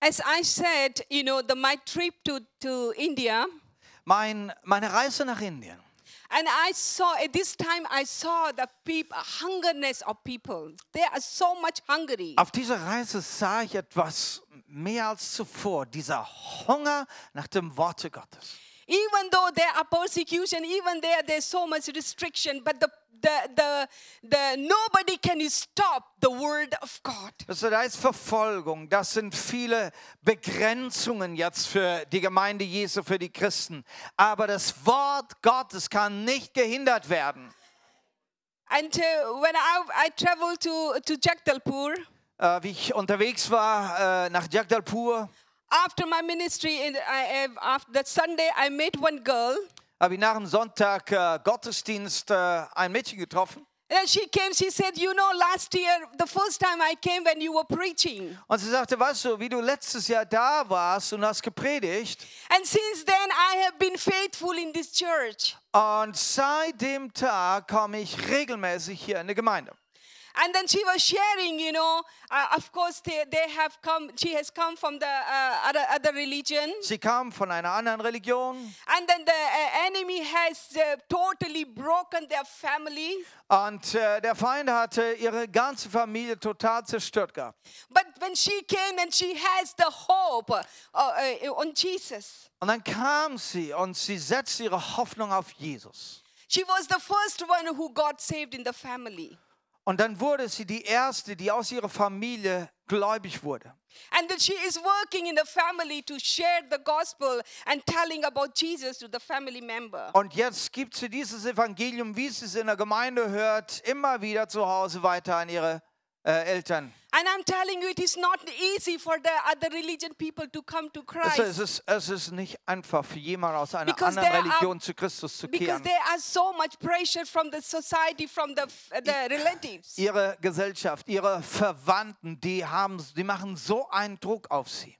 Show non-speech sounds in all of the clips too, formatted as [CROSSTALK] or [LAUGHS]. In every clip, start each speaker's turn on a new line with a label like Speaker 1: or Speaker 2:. Speaker 1: As I said, you know, the, my trip to, to India,
Speaker 2: Mein, meine Reise nach Indien.
Speaker 1: and I saw at this time I saw the peop- hungerness of people. They are so much hungry.
Speaker 2: Auf dieser Reise sah ich etwas mehr als zuvor, dieser Hunger nach dem Worte Gottes.
Speaker 1: even though there are persecution, even there there's so much restriction, but the the the, the nobody can stop the word of God.
Speaker 2: Also da ist Verfolgung, das sind viele Begrenzungen jetzt für die Gemeinde Jesu, für die Christen. Aber das Wort Gottes kann nicht gehindert werden.
Speaker 1: And uh, when I I traveled to to Jagdalpur
Speaker 2: Äh, wie ich unterwegs war äh, nach Jagdalpur,
Speaker 1: after my ministry, in, I, I- after that Sunday I met one girl,
Speaker 2: habe ich nach dem Sonntag äh, Gottesdienst äh, ein Mädchen getroffen.
Speaker 1: and Uh, she came. She said, "You know, last year the first time I came when you were preaching,
Speaker 2: Und sie sagte, weißt du, wie du letztes Jahr da warst und hast gepredigt,
Speaker 1: and since then I have been faithful in this church."
Speaker 2: und seit dem Tag komme ich regelmäßig hier in die Gemeinde.
Speaker 1: And then she was sharing, you know, uh, of course, they, they have come, she has come from the uh, other, other religion.
Speaker 2: Sie kam von einer anderen Religion
Speaker 1: And then the uh, enemy has uh, totally broken their family.
Speaker 2: und äh, der Feind hatte ihre ganze Familie total zerstört gehabt.
Speaker 1: But when she came and she has the hope uh, uh, on Jesus,
Speaker 2: Und dann kam sie und sie setzte ihre Hoffnung auf Jesus.
Speaker 1: she was the first one who got saved in the family.
Speaker 2: Und dann wurde sie die Erste, die aus ihrer Familie gläubig wurde.
Speaker 1: And then she is working in the family to share the gospel and telling about Jesus to the family member.
Speaker 2: Und jetzt gibt sie dieses Evangelium, wie sie es in der Gemeinde hört, immer wieder zu Hause weiter an ihre äh, Eltern.
Speaker 1: And I'm telling you, it is not easy for the other religion people to come to
Speaker 2: Es, es,
Speaker 1: Christ
Speaker 2: ist, es ist nicht einfach für jemanden aus einer
Speaker 1: Because
Speaker 2: anderen
Speaker 1: there are-
Speaker 2: Religion zu Christus zu
Speaker 1: because
Speaker 2: kehren.
Speaker 1: there are so much pressure from the society, from the, the relatives.
Speaker 2: Ihre Gesellschaft, ihre Verwandten, die, haben, die machen so einen Druck auf sie.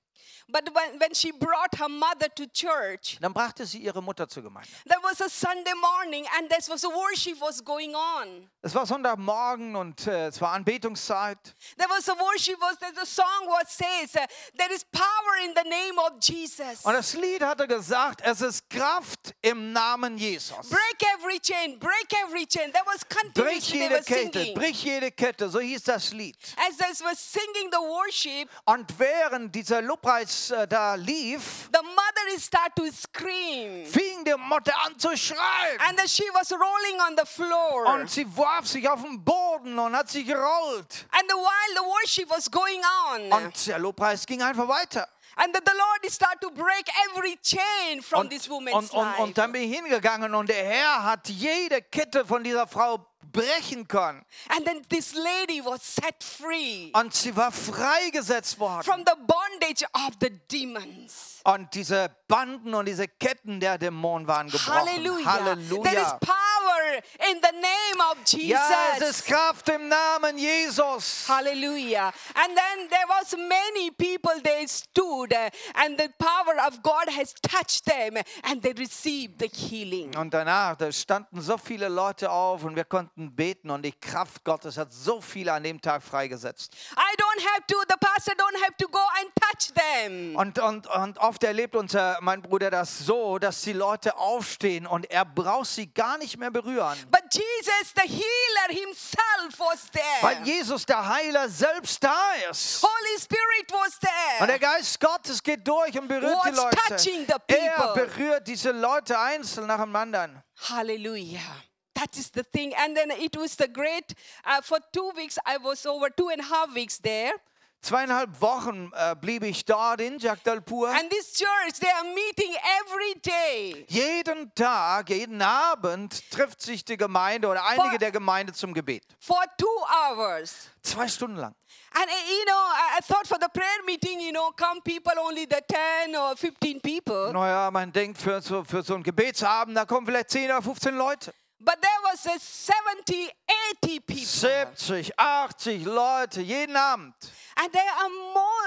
Speaker 1: But when, when she brought her mother to church,
Speaker 2: Dann brachte sie ihre Mutter zur Gemeinde.
Speaker 1: there was a Sunday morning and there was a worship was going on.
Speaker 2: Es war Sonntagmorgen und äh, es war Anbetungszeit.
Speaker 1: There was a worship was that the song was says uh, there is power in the name of Jesus.
Speaker 2: Und das Lied hatte gesagt, es ist Kraft im Namen Jesus.
Speaker 1: Break every chain, break every chain. There was
Speaker 2: Brich
Speaker 1: continuously they
Speaker 2: jede
Speaker 1: were
Speaker 2: Kette,
Speaker 1: singing.
Speaker 2: brich jede Kette, so hieß das Lied.
Speaker 1: As they were singing the worship,
Speaker 2: Und während dieser Lobpreis äh, da lief,
Speaker 1: The mother is start to scream.
Speaker 2: fing die Mutter an zu schreien.
Speaker 1: And then she was rolling on the floor.
Speaker 2: Und sie warf sich auf den Boden und hat sich gerollt.
Speaker 1: and the while the worship was going on,
Speaker 2: Und der Lobpreis ging einfach weiter.
Speaker 1: and that the Lord start to break every chain from
Speaker 2: Und,
Speaker 1: this
Speaker 2: und,
Speaker 1: woman's
Speaker 2: und, und
Speaker 1: life.
Speaker 2: dann bin ich hingegangen und der Herr hat jede Kette von dieser Frau brechen können.
Speaker 1: And then this lady was set free
Speaker 2: Und sie war freigesetzt worden.
Speaker 1: from the bondage of the demons.
Speaker 2: Und diese Banden und diese Ketten der Dämonen waren gebrochen.
Speaker 1: Hallelujah. There is
Speaker 2: Halleluja.
Speaker 1: power in the name of Jesus.
Speaker 2: Ja, es ist Kraft im Namen Jesus.
Speaker 1: Hallelujah. And then there was many people they stood uh, and the power of God has touched them and they received the healing.
Speaker 2: Und danach, da standen so viele Leute auf und wir konnten beten und die Kraft Gottes hat so viele an dem Tag freigesetzt.
Speaker 1: I don't have to the pastor don't have to go and touch them.
Speaker 2: Und, und, und oft erlebt unser, mein Bruder das so, dass die Leute aufstehen und er braucht sie gar nicht mehr berühren.
Speaker 1: But Jesus the healer himself was
Speaker 2: Weil
Speaker 1: there.
Speaker 2: Jesus, der Heiler, selbst da ist.
Speaker 1: Holy Spirit was
Speaker 2: Und
Speaker 1: there.
Speaker 2: der Geist Gottes geht durch und berührt die
Speaker 1: What's touching the
Speaker 2: Leute. Er
Speaker 1: people?
Speaker 2: berührt diese Leute einzeln nach dem anderen.
Speaker 1: Hallelujah. That is the thing. And then it was the great uh, for 2 weeks I was over two and a half weeks there.
Speaker 2: Zweieinhalb Wochen äh, blieb ich dort in Jagdalpur.
Speaker 1: And this church, they are meeting every day.
Speaker 2: Jeden Tag, jeden Abend trifft sich die Gemeinde oder einige
Speaker 1: Vor-
Speaker 2: der Gemeinde zum Gebet.
Speaker 1: for two hours.
Speaker 2: Zwei Stunden lang.
Speaker 1: And uh, you know, I, I thought for the prayer meeting, you know, come people only the 10 or 15 people.
Speaker 2: Naja, man denkt für so, für so einen Gebetsabend, da kommen vielleicht 10 oder 15 Leute.
Speaker 1: But there was a 70, 80 people.
Speaker 2: 70, 80 Leute jeden Abend.
Speaker 1: And there are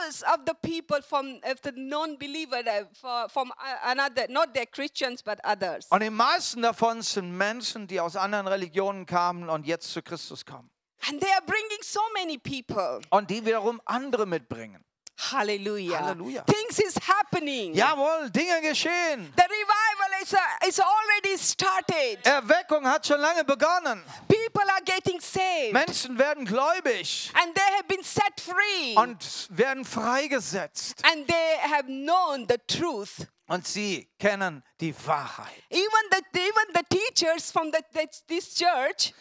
Speaker 1: most of the people from of the non-believer, uh, for, from uh, another, not the Christians, but others.
Speaker 2: Und die meisten davon sind Menschen, die aus anderen Religionen kamen und jetzt zu Christus kommen.
Speaker 1: And they are bringing so many people.
Speaker 2: Und die wiederum andere mitbringen.
Speaker 1: Hallelujah.
Speaker 2: Hallelujah.
Speaker 1: Things is happening.
Speaker 2: Jawohl, Dinge geschehen.
Speaker 1: The revival is, uh, is already started.
Speaker 2: Eh. Erweckung hat schon lange begonnen.
Speaker 1: People are getting saved.
Speaker 2: Menschen werden gläubig
Speaker 1: And they have been set free.
Speaker 2: und werden freigesetzt.
Speaker 1: and they have known the truth.
Speaker 2: Und sie kennen die Wahrheit.
Speaker 1: Even the, even the teachers from the, this- this church,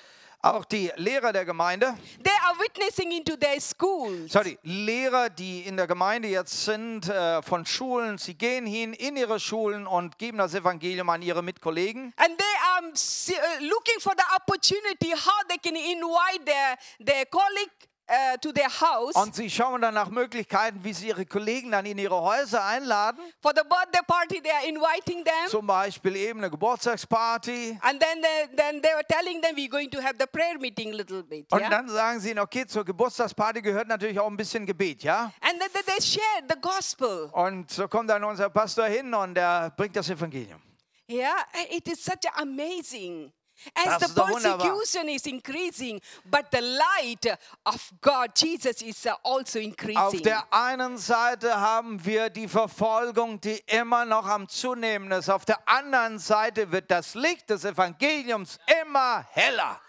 Speaker 2: Auch die Lehrer der Gemeinde,
Speaker 1: they are witnessing into their schools.
Speaker 2: sorry, Lehrer, die in der Gemeinde jetzt sind, äh, von Schulen, sie gehen hin in ihre Schulen und geben das Evangelium an ihre Mitkollegen.
Speaker 1: And they are s- uh, looking for the opportunity how they can invite their, their colleague uh, to their house
Speaker 2: Und sie schauen dann nach Möglichkeiten, wie sie ihre Kollegen dann in ihre Häuser einladen.
Speaker 1: for the birthday party. They are inviting them.
Speaker 2: Zum Beispiel eben eine Geburtstagsparty.
Speaker 1: and then they, then they were telling them, we're going to have the prayer meeting a little bit.
Speaker 2: Und
Speaker 1: yeah?
Speaker 2: dann sagen sie ihnen, okay, zur Geburtstagsparty gehört natürlich auch ein bisschen Gebet, ja?
Speaker 1: and then they- they shared the gospel.
Speaker 2: Und so kommt dann unser Pastor hin und er bringt das Evangelium.
Speaker 1: Yeah, and it is such amazing.
Speaker 2: Das
Speaker 1: As
Speaker 2: ist
Speaker 1: the
Speaker 2: doch wunderbar.
Speaker 1: persecution is increasing, but the light of God, Jesus, is uh, also
Speaker 2: Auf
Speaker 1: increasing.
Speaker 2: der einen Seite haben wir die Verfolgung, die immer noch am Zunehmen ist. Auf der anderen Seite wird das Licht des Evangeliums immer heller.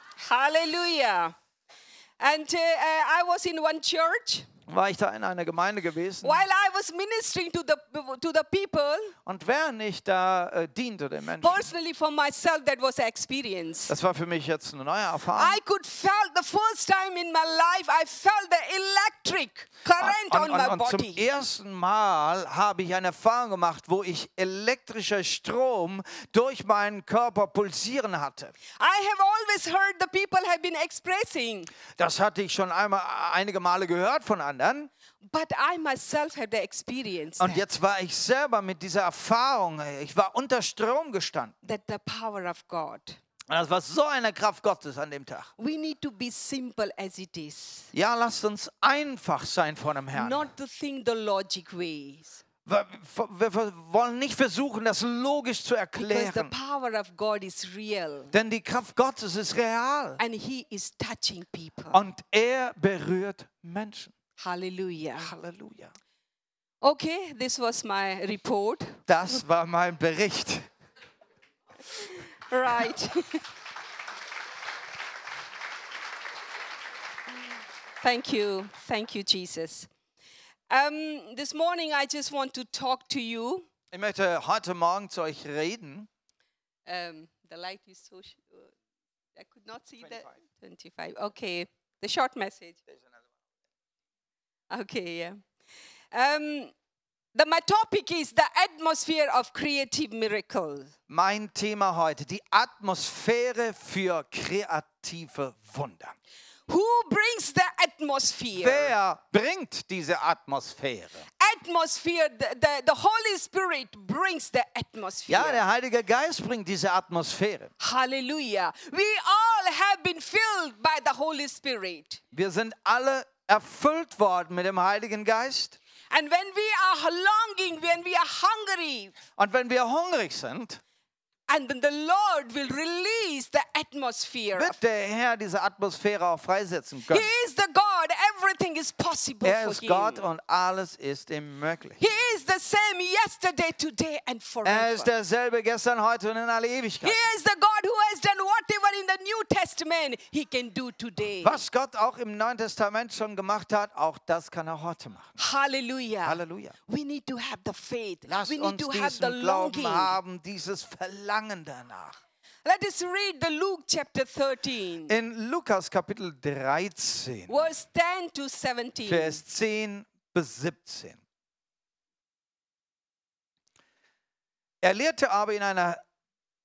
Speaker 1: Hallelujah. And uh, uh, I was in one church
Speaker 2: War ich da in einer Gemeinde gewesen?
Speaker 1: while I was ministering to the to the people.
Speaker 2: Und wer nicht da äh, diente den Menschen?
Speaker 1: Personally, for myself, that was an experience.
Speaker 2: Das war für mich jetzt eine neue Erfahrung.
Speaker 1: I could felt the first time in my life. I felt the electric current
Speaker 2: Und,
Speaker 1: Uh, on my
Speaker 2: und, und zum
Speaker 1: body.
Speaker 2: ersten Mal habe ich eine Erfahrung gemacht, wo ich elektrischer Strom durch meinen Körper pulsieren hatte.
Speaker 1: I have always heard the people have been expressing.
Speaker 2: Das hatte ich schon einmal, einige Male gehört von anderen.
Speaker 1: But I myself had the experience
Speaker 2: Und
Speaker 1: that,
Speaker 2: jetzt war ich selber mit dieser Erfahrung, ich war unter Strom gestanden.
Speaker 1: that the power of God.
Speaker 2: Und das war so eine Kraft Gottes an dem Tag.
Speaker 1: We need to be simple as it is,
Speaker 2: Ja, lasst uns einfach sein vor dem Herrn.
Speaker 1: not to think the logic ways.
Speaker 2: Wir, wir, wir wollen nicht versuchen, das logisch zu
Speaker 1: Because the
Speaker 2: erklären.
Speaker 1: power of God is real
Speaker 2: Denn die Kraft Gottes ist real.
Speaker 1: and He is touching people.
Speaker 2: Und er berührt Menschen.
Speaker 1: Hallelujah.
Speaker 2: Halleluja.
Speaker 1: Okay, this was my report.
Speaker 2: Das war mein Bericht.
Speaker 1: Right. [LAUGHS] Thank you. Thank you, Jesus. Um, this morning, I just want to talk to you.
Speaker 2: Ich möchte heute Morgen zu euch reden.
Speaker 1: um, the light is so sh- uh, I could not see the 25. Okay, the short message. Okay, yeah. Um, the, my topic is the atmosphere of creative miracle.
Speaker 2: Mein Thema heute, die Atmosphäre für kreative Wunder.
Speaker 1: Who brings the atmosphere?
Speaker 2: Wer bringt diese Atmosphäre?
Speaker 1: Atmosphere, the, the, the Holy Spirit brings the atmosphere.
Speaker 2: Ja, der Heilige Geist bringt diese Atmosphäre.
Speaker 1: Hallelujah. We all have been filled by the Holy Spirit.
Speaker 2: Wir sind alle erfüllt worden mit dem Heiligen Geist.
Speaker 1: And when we are longing, when we are hungry
Speaker 2: Und wenn wir hungrig sind,
Speaker 1: And then the Lord will release the atmosphere.
Speaker 2: wird der Herr diese Atmosphäre auch freisetzen
Speaker 1: He
Speaker 2: können.
Speaker 1: is the God. Everything is possible
Speaker 2: Er
Speaker 1: for
Speaker 2: ist
Speaker 1: him.
Speaker 2: Gott und alles ist ihm möglich.
Speaker 1: He is the same yesterday, today, and
Speaker 2: Er
Speaker 1: forever.
Speaker 2: ist derselbe gestern, heute und in alle Ewigkeit.
Speaker 1: He is the God who has done whatever in the New Testament he can do today.
Speaker 2: Was Gott auch im Neuen Testament schon gemacht hat, auch das kann er heute machen.
Speaker 1: Hallelujah.
Speaker 2: Halleluja.
Speaker 1: We need to have the faith.
Speaker 2: Lasst
Speaker 1: we need
Speaker 2: uns
Speaker 1: to have the
Speaker 2: diesen Glauben
Speaker 1: longing.
Speaker 2: haben, dieses Verlangen danach.
Speaker 1: Let us read the Luke chapter 13,
Speaker 2: In Lukas Kapitel 13,
Speaker 1: verse 10 to 17.
Speaker 2: Vers 10 bis 17. Er lehrte aber in einer,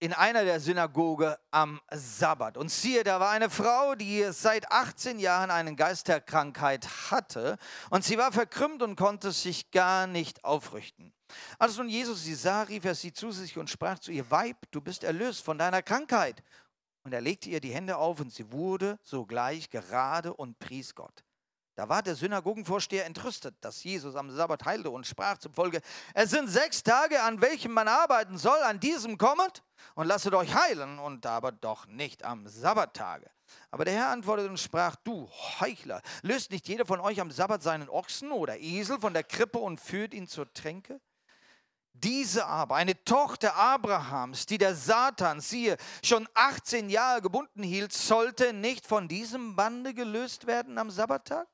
Speaker 2: in einer der Synagoge am Sabbat. Und siehe, da war eine Frau, die seit 18 Jahren eine Geisterkrankheit hatte. Und sie war verkrümmt und konnte sich gar nicht aufrichten. Als nun Jesus sie sah, rief er sie zu sich und sprach zu ihr, Weib, du bist erlöst von deiner Krankheit. Und er legte ihr die Hände auf und sie wurde sogleich gerade und pries Gott. Da war der Synagogenvorsteher entrüstet, dass Jesus am Sabbat heilte und sprach zum Volke, es sind sechs Tage, an welchen man arbeiten soll, an diesem kommet und lasset euch heilen und aber doch nicht am Sabbattage. Aber der Herr antwortete und sprach, du Heuchler, löst nicht jeder von euch am Sabbat seinen Ochsen oder Esel von der Krippe und führt ihn zur Tränke? Diese aber, eine Tochter Abrahams, die der Satan, siehe, schon 18 Jahre gebunden hielt, sollte nicht von diesem Bande gelöst werden am Sabbattag?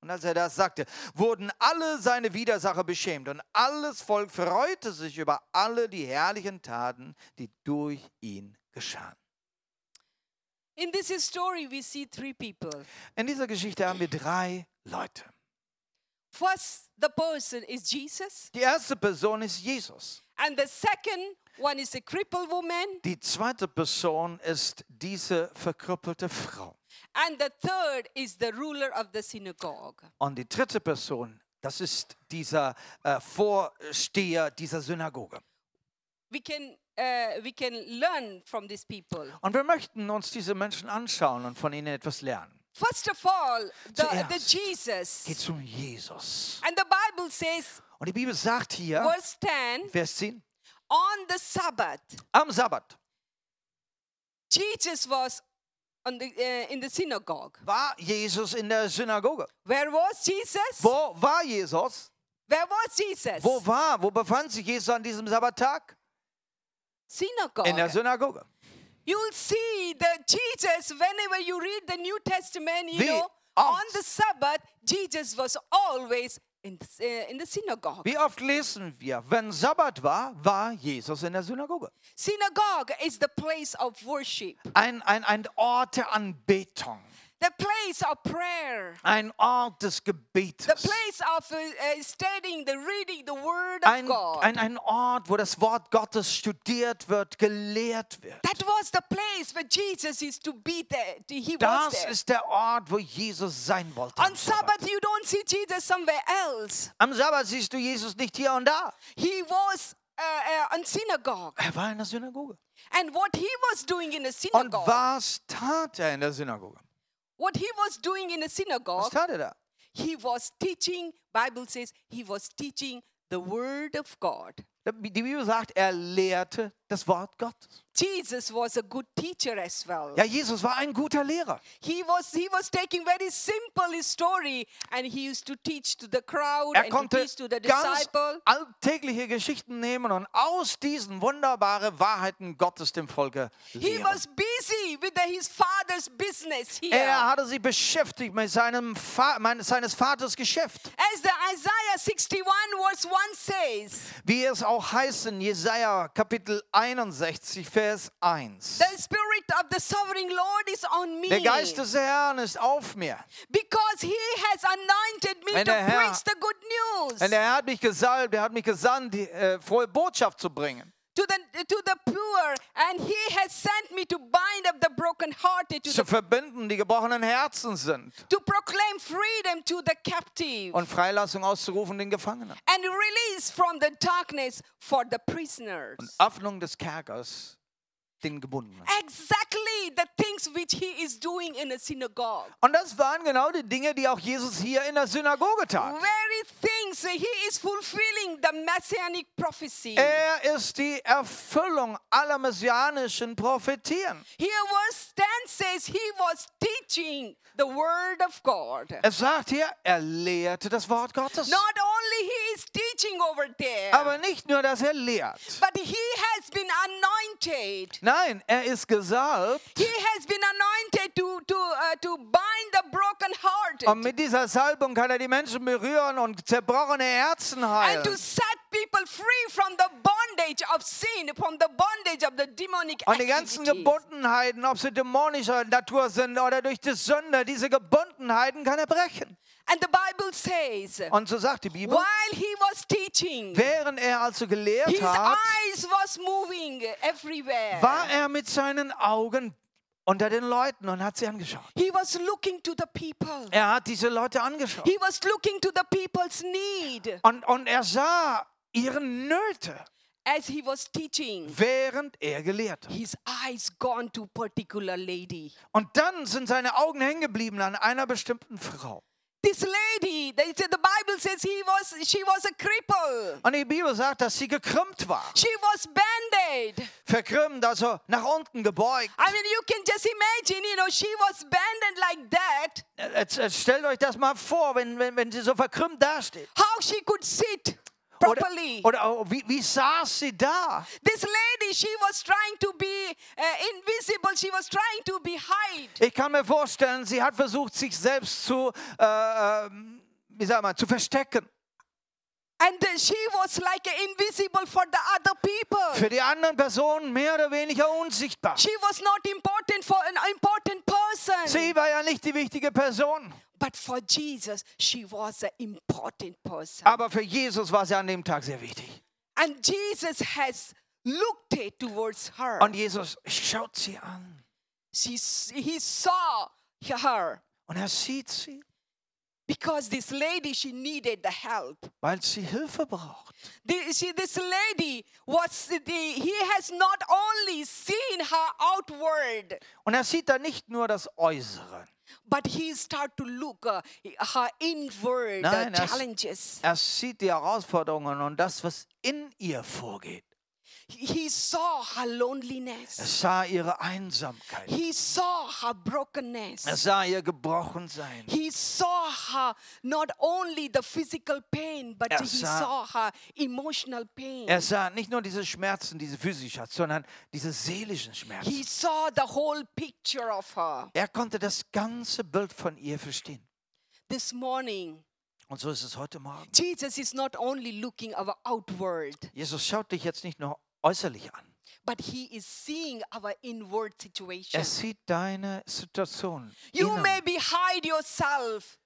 Speaker 2: Und als er das sagte, wurden alle seine Widersacher beschämt und alles Volk freute sich über alle die herrlichen Taten, die durch ihn geschahen.
Speaker 1: In this story, we see three people.
Speaker 2: In dieser Geschichte haben wir drei Leute.
Speaker 1: First, the person is Jesus,
Speaker 2: Die erste Person ist Jesus.
Speaker 1: and the second one is a crippled woman,
Speaker 2: Die zweite Person ist diese verkrüppelte Frau.
Speaker 1: and the third is the ruler of the synagogue.
Speaker 2: Und die dritte Person, das ist dieser äh, Vorsteher dieser Synagoge.
Speaker 1: We can, uh, we can learn from these people.
Speaker 2: Und wir möchten uns diese Menschen anschauen und von ihnen etwas lernen.
Speaker 1: First of all, the, the
Speaker 2: Zuerst.
Speaker 1: Jesus.
Speaker 2: Geht zum Jesus.
Speaker 1: And the Bible says,
Speaker 2: Und die Bibel sagt hier,
Speaker 1: verse 10,
Speaker 2: Vers 10,
Speaker 1: on the Sabbath,
Speaker 2: am Sabbat
Speaker 1: Jesus was on the, uh, in the synagogue.
Speaker 2: war Jesus in der Synagoge.
Speaker 1: Where was Jesus?
Speaker 2: Wo war Jesus?
Speaker 1: Where was Jesus?
Speaker 2: Wo war, wo befand sich Jesus an diesem Sabbattag?
Speaker 1: Synagogue.
Speaker 2: In der Synagoge.
Speaker 1: You'll see that Jesus, whenever you read the New Testament, you
Speaker 2: Wie
Speaker 1: know, on
Speaker 2: oft-
Speaker 1: the Sabbath, Jesus was always in the, uh, in the synagogue.
Speaker 2: Wie oft lesen wir, wenn Sabbat war, war Jesus in der Synagoge.
Speaker 1: Synagogue is the place of worship,
Speaker 2: Ein, ein, ein Ort der Anbetung,
Speaker 1: the place of prayer,
Speaker 2: ein Ort des
Speaker 1: the
Speaker 2: Gebetes,
Speaker 1: place of uh, uh, studying, the reading, the Word of
Speaker 2: ein,
Speaker 1: God.
Speaker 2: ein, ein Ort, wo das Wort Gottes studiert wird, gelehrt wird.
Speaker 1: That was the place where Jesus is to be there. He was
Speaker 2: Das
Speaker 1: there.
Speaker 2: ist der Ort, wo Jesus sein wollte. am
Speaker 1: On Sabbath, you don't see Jesus somewhere else.
Speaker 2: Am Sabbat siehst du Jesus nicht hier und da.
Speaker 1: He was uh, uh, on synagogue.
Speaker 2: Er war in der Synagoge.
Speaker 1: And what he was doing in a
Speaker 2: Und
Speaker 1: synagogue,
Speaker 2: was tat er in der Synagoge?
Speaker 1: what he was doing in a
Speaker 2: Was
Speaker 1: synagogue,
Speaker 2: tat er da?
Speaker 1: he was teaching, Bible says, he was teaching the word of God.
Speaker 2: Die Bibel sagt, er lehrte das Wort Gottes.
Speaker 1: Jesus was a good teacher as well.
Speaker 2: Ja, Jesus war ein guter Lehrer.
Speaker 1: He was he was taking very simple story and he used to teach to the crowd
Speaker 2: Er
Speaker 1: and to
Speaker 2: konnte
Speaker 1: teach to the
Speaker 2: ganz
Speaker 1: disciple.
Speaker 2: alltägliche Geschichten nehmen und aus diesen wunderbare Wahrheiten Gottes dem Volke
Speaker 1: He
Speaker 2: lehren.
Speaker 1: was busy with the- his father's business here.
Speaker 2: Er hatte sich beschäftigt mit seinem Fa mein- seines Vaters Geschäft.
Speaker 1: As the Isaiah 61 verse 1 says,
Speaker 2: Wie es auch heißt in Jesaja Kapitel 61, Vers 1.
Speaker 1: the spirit of the sovereign Lord is on me
Speaker 2: Der Geist des Herrn ist auf mir.
Speaker 1: because he has anointed me
Speaker 2: Wenn
Speaker 1: to
Speaker 2: der Herr-
Speaker 1: preach the good news
Speaker 2: Denn der Herr hat mich gesalbt, er hat mich gesandt, die äh, frohe Botschaft zu bringen.
Speaker 1: to the to the poor and he has sent me to bind up the brokenhearted to,
Speaker 2: Zu
Speaker 1: the,
Speaker 2: verbinden, die gebrochenen Herzen sind.
Speaker 1: to proclaim freedom to the captive
Speaker 2: Und Freilassung auszurufen den Gefangenen.
Speaker 1: and release from the darkness for the prisoners.
Speaker 2: Öffnung des Kerkers den Gebundenen.
Speaker 1: Exactly the things which he is doing in a synagogue.
Speaker 2: Und das waren genau die Dinge, die auch Jesus hier in der Synagoge tat.
Speaker 1: Very things he is fulfilling the messianic prophecy.
Speaker 2: Er ist die Erfüllung aller messianischen Prophetien.
Speaker 1: Here verse 10 says he was teaching the word of God.
Speaker 2: Es sagt hier, er lehrte das Wort Gottes.
Speaker 1: Not only he is teaching over there,
Speaker 2: Aber nicht nur, dass er lehrt.
Speaker 1: but he has been anointed.
Speaker 2: Nein, er ist gesalbt.
Speaker 1: He has been anointed to, to, uh, to bind the brokenhearted
Speaker 2: Und mit dieser Salbung kann er die Menschen berühren und zerbrochene Herzen
Speaker 1: and to
Speaker 2: heilen.
Speaker 1: set people free from the bondage of sin, from the bondage of the demonic
Speaker 2: Und die ganzen
Speaker 1: activities.
Speaker 2: Gebundenheiten, ob sie dämonischer Natur sind oder durch die Sünde, diese Gebundenheiten kann er brechen.
Speaker 1: And the Bible says,
Speaker 2: Und so sagt die Bibel,
Speaker 1: while he was teaching,
Speaker 2: während er also gelehrt
Speaker 1: his
Speaker 2: hat,
Speaker 1: eyes was moving everywhere.
Speaker 2: war er mit seinen Augen unter den Leuten und hat sie angeschaut.
Speaker 1: He was looking to the people.
Speaker 2: Er hat diese Leute angeschaut.
Speaker 1: He was looking to the people's need
Speaker 2: Und, und er sah ihre Nöte,
Speaker 1: as he was teaching.
Speaker 2: während er gelehrt hat.
Speaker 1: His eyes gone to particular lady.
Speaker 2: Und dann sind seine Augen hängen geblieben an einer bestimmten Frau.
Speaker 1: This lady, they said the Bible says he was she was a cripple.
Speaker 2: Und die Bibel sagt, dass sie gekrümmt war.
Speaker 1: She was bent bandaged.
Speaker 2: verkrümmt, also nach unten gebeugt.
Speaker 1: I mean, you can just imagine, you know, she was bandaged like that,
Speaker 2: Äh, Jetzt, jetzt stellt euch das mal vor, wenn, wenn, wenn sie so verkrümmt dasteht.
Speaker 1: how she could sit
Speaker 2: Oder,
Speaker 1: properly.
Speaker 2: oder oh, wie, wie saß sie da?
Speaker 1: This lady, she was trying to be uh, invisible, she was trying to be hide.
Speaker 2: Ich kann mir vorstellen, sie hat versucht, sich selbst zu, äh, ähm, wie sagt man, zu verstecken.
Speaker 1: And uh, she was like invisible for the other people.
Speaker 2: Für die anderen Personen mehr oder weniger unsichtbar.
Speaker 1: She was not important for an important person.
Speaker 2: Sie war ja nicht die wichtige Person,
Speaker 1: But for Jesus, she was an important person.
Speaker 2: aber für Jesus war sie an dem Tag sehr wichtig.
Speaker 1: And Jesus has looked it towards her.
Speaker 2: Und Jesus schaut sie an
Speaker 1: She, s- he saw her
Speaker 2: und er sieht sie,
Speaker 1: because this lady, she needed the help.
Speaker 2: weil sie Hilfe braucht.
Speaker 1: The- she- this lady was the, he has not only seen her outward,
Speaker 2: Und er sieht da nicht nur das Äußere.
Speaker 1: but he start to look uh, her inward uh,
Speaker 2: Nein, er-
Speaker 1: challenges.
Speaker 2: Er sieht die Herausforderungen und das, was in ihr vorgeht.
Speaker 1: He saw her
Speaker 2: Er
Speaker 1: loneliness.
Speaker 2: sah ihre Einsamkeit.
Speaker 1: He saw her
Speaker 2: Er
Speaker 1: brokenness.
Speaker 2: sah ihr Gebrochensein.
Speaker 1: He saw her not only the physical pain, but
Speaker 2: Er
Speaker 1: he
Speaker 2: sah-
Speaker 1: saw her emotional pain.
Speaker 2: Er sah nicht nur diese Schmerzen, diese physischen, sondern diese seelischen
Speaker 1: He
Speaker 2: Schmerzen.
Speaker 1: saw the whole picture of her.
Speaker 2: Er konnte das ganze Bild von ihr verstehen.
Speaker 1: This morning,
Speaker 2: Und so ist es heute Morgen.
Speaker 1: Jesus is not only looking our outward,
Speaker 2: Jesus schaut dich jetzt nicht nur äußerlich an.
Speaker 1: but he is seeing our inward situation.
Speaker 2: Er sieht deine Situation.
Speaker 1: You
Speaker 2: innen.
Speaker 1: maybe hide yourself.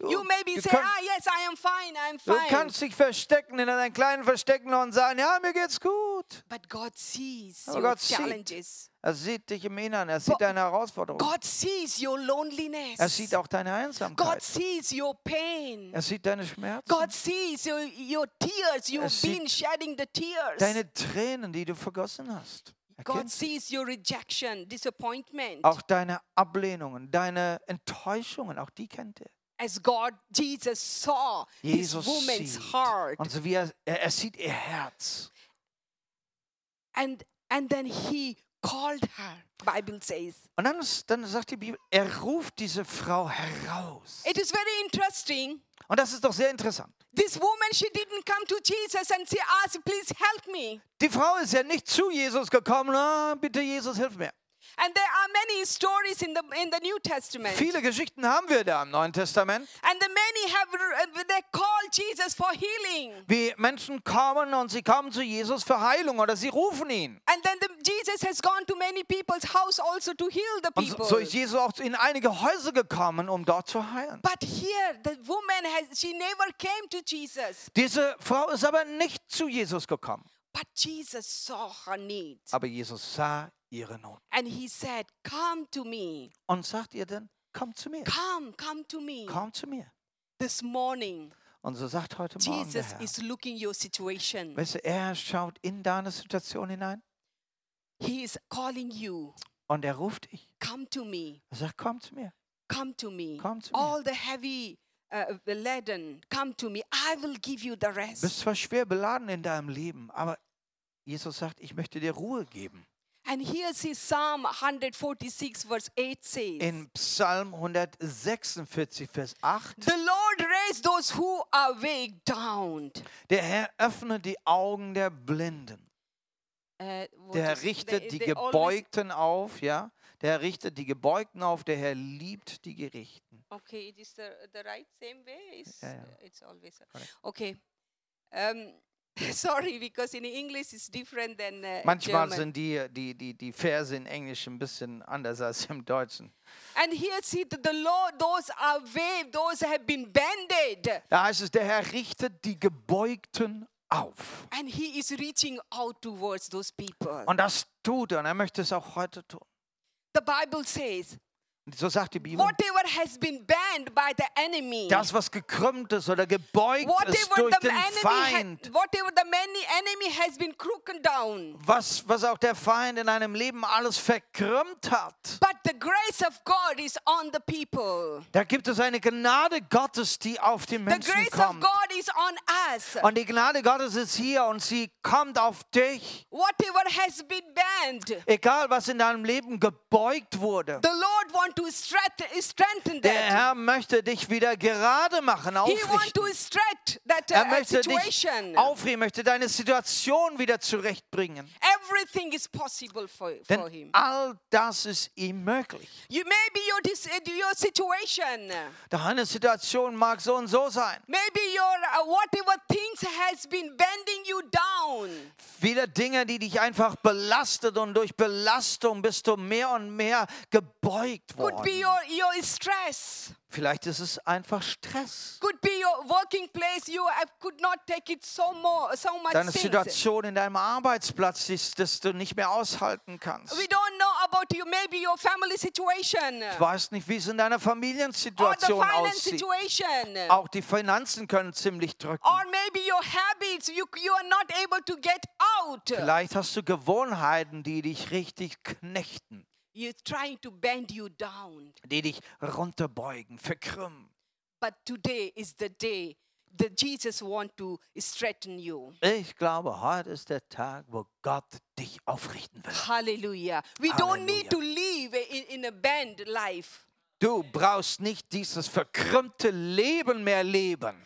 Speaker 2: Du-
Speaker 1: You maybe
Speaker 2: du
Speaker 1: say,
Speaker 2: kann-
Speaker 1: ah, yes, I am fine, I am
Speaker 2: Du
Speaker 1: fine.
Speaker 2: kannst dich verstecken in deinem kleinen Verstecken und sagen, ja, mir geht's gut.
Speaker 1: But Oh, God sees
Speaker 2: Aber
Speaker 1: your
Speaker 2: Gott sieht.
Speaker 1: challenges.
Speaker 2: Er sieht dich im Innern, er sieht deine Herausforderungen.
Speaker 1: God sees your loneliness.
Speaker 2: Er sieht auch deine
Speaker 1: God
Speaker 2: Einsamkeit.
Speaker 1: sees your pain.
Speaker 2: Er sieht deine Schmerzen,
Speaker 1: God sees your, your tears. You've
Speaker 2: sieht
Speaker 1: been shedding the tears.
Speaker 2: deine Tränen, die du vergossen hast. Er
Speaker 1: God
Speaker 2: kennt
Speaker 1: sees your rejection, disappointment.
Speaker 2: auch deine Ablehnungen, deine Enttäuschungen, auch die kennt er.
Speaker 1: As God, Jesus saw
Speaker 2: Jesus
Speaker 1: this woman's
Speaker 2: sieht.
Speaker 1: heart.
Speaker 2: Und so wie er, er, er sieht ihr Herz.
Speaker 1: And, and then he called her, Bible says.
Speaker 2: Und dann, ist- dann sagt die Bibel, er ruft diese Frau heraus.
Speaker 1: It is very interesting.
Speaker 2: Und das ist doch sehr interessant.
Speaker 1: This woman, she didn't come to Jesus and she asked, please help me.
Speaker 2: Die Frau ist ja nicht zu Jesus gekommen, ah, bitte Jesus, hilf mir.
Speaker 1: And there are many stories in the, in the New Testament.
Speaker 2: Viele Geschichten haben wir da im Neuen Testament,
Speaker 1: And the many have uh, they call Jesus for healing.
Speaker 2: wie Menschen kommen und sie kommen zu Jesus für Heilung oder sie rufen ihn.
Speaker 1: And then the, Jesus has gone to many people's house also to heal the
Speaker 2: Und so-
Speaker 1: people.
Speaker 2: so ist Jesus auch in einige Häuser gekommen, um dort zu heilen.
Speaker 1: but here the woman has she never came to Jesus.
Speaker 2: Diese Frau ist aber nicht zu Jesus gekommen.
Speaker 1: But Jesus saw her need
Speaker 2: Aber Jesus sah ihre Not
Speaker 1: and he said, "Come to me.
Speaker 2: und sagt ihr dann, komm zu mir,
Speaker 1: Come, come to me."
Speaker 2: komm zu mir.
Speaker 1: This morning
Speaker 2: Und so sagt heute Morgen der
Speaker 1: Jesus
Speaker 2: Herr,
Speaker 1: is looking your situation.
Speaker 2: weißt du, er schaut in deine Situation hinein
Speaker 1: He is calling you.
Speaker 2: und er ruft dich.
Speaker 1: Come to me.
Speaker 2: Er sagt, komm zu mir.
Speaker 1: Come to me.
Speaker 2: Come to me.
Speaker 1: All the heavy uh, laden, come to me. I will give you the
Speaker 2: Du
Speaker 1: rest.
Speaker 2: bist zwar schwer beladen in deinem Leben, aber Jesus sagt, ich möchte dir Ruhe geben.
Speaker 1: And here see Psalm 146 verse 8 says,
Speaker 2: In Psalm 146, Vers 8,
Speaker 1: The Lord raised those who are weighed down.
Speaker 2: der Herr öffnet die Augen der Blinden.
Speaker 1: Uh, what
Speaker 2: Der
Speaker 1: is-
Speaker 2: Herr
Speaker 1: they-
Speaker 2: richtet die
Speaker 1: they always-
Speaker 2: Gebeugten auf, ja. Der Herr richtet die Gebeugten auf, der Herr liebt die Gerechten.
Speaker 1: Okay, it is the, the right same way. It's,
Speaker 2: Yeah, yeah.
Speaker 1: uh, it's always
Speaker 2: Correct.
Speaker 1: okay. Um, [LAUGHS] sorry, because in English it's different than uh,
Speaker 2: Manchmal
Speaker 1: German.
Speaker 2: sind die, die, die, die Verse in Englisch ein bisschen anders als im Deutschen.
Speaker 1: And here see that the Lord, those are waved, those have been banded,
Speaker 2: Da heißt es, der Herr richtet die Gebeugten auf.
Speaker 1: and He is reaching out towards those people.
Speaker 2: Und das tut er und er möchte es auch heute tun.
Speaker 1: The Bible says,
Speaker 2: So sagt die Bibel.
Speaker 1: Whatever has been banned by the enemy,
Speaker 2: Das, was gekrümmt ist oder gebeugt ist
Speaker 1: whatever
Speaker 2: durch
Speaker 1: the,
Speaker 2: den
Speaker 1: enemy
Speaker 2: Feind,
Speaker 1: ha- whatever the many enemy has been crooken down.
Speaker 2: was, was auch der Feind in einem Leben alles verkrümmt hat.
Speaker 1: But the grace of God is on the people.
Speaker 2: Da gibt es eine Gnade Gottes, die auf den
Speaker 1: The
Speaker 2: Menschen
Speaker 1: grace of
Speaker 2: kommt.
Speaker 1: God is on us.
Speaker 2: Und die Gnade Gottes ist hier und sie kommt auf dich.
Speaker 1: Whatever has been banned,
Speaker 2: Egal, was in deinem Leben gebeugt wurde.
Speaker 1: the Lord wants to strength- strengthen
Speaker 2: Der
Speaker 1: that.
Speaker 2: Herr möchte dich wieder gerade machen,
Speaker 1: He wants
Speaker 2: aufrichten.
Speaker 1: to strengthen that
Speaker 2: Er
Speaker 1: uh,
Speaker 2: möchte dich
Speaker 1: situation.
Speaker 2: aufrichten, möchte deine Situation wieder zurechtbringen.
Speaker 1: Everything is possible for, for
Speaker 2: Denn
Speaker 1: him.
Speaker 2: all das ist ihm möglich.
Speaker 1: You may be your, dis- uh, your situation.
Speaker 2: Deine Situation mag so und so sein.
Speaker 1: Maybe your uh, whatever things has been bending you down.
Speaker 2: Wieder Dinge, die dich einfach belastet und durch Belastung bist du mehr und mehr gebeugt
Speaker 1: Could be
Speaker 2: worden.
Speaker 1: your, your stress.
Speaker 2: Vielleicht ist es einfach Stress.
Speaker 1: Could be your working place. You uh, could not take it so more so much.
Speaker 2: Deine
Speaker 1: things.
Speaker 2: Situation in deinem Arbeitsplatz ist, dass du nicht mehr aushalten kannst.
Speaker 1: We don't know about you. Maybe your family situation
Speaker 2: Du weißt nicht, wie es in deiner
Speaker 1: or the
Speaker 2: Familiensituation
Speaker 1: finance
Speaker 2: aussieht.
Speaker 1: situation.
Speaker 2: Auch die Finanzen können ziemlich drücken.
Speaker 1: Or maybe your habits, you, you are not able to get out.
Speaker 2: Vielleicht hast du Gewohnheiten, die dich richtig knechten,
Speaker 1: You're trying to bend you down.
Speaker 2: die dich runterbeugen, verkrümmen.
Speaker 1: But today is the day that Jesus wants to straighten you.
Speaker 2: Ich glaube, heute ist der Tag, wo Gott dich aufrichten will.
Speaker 1: Hallelujah. We don't need to live in, in a bent life.
Speaker 2: Du brauchst nicht dieses verkrümmte Leben mehr leben.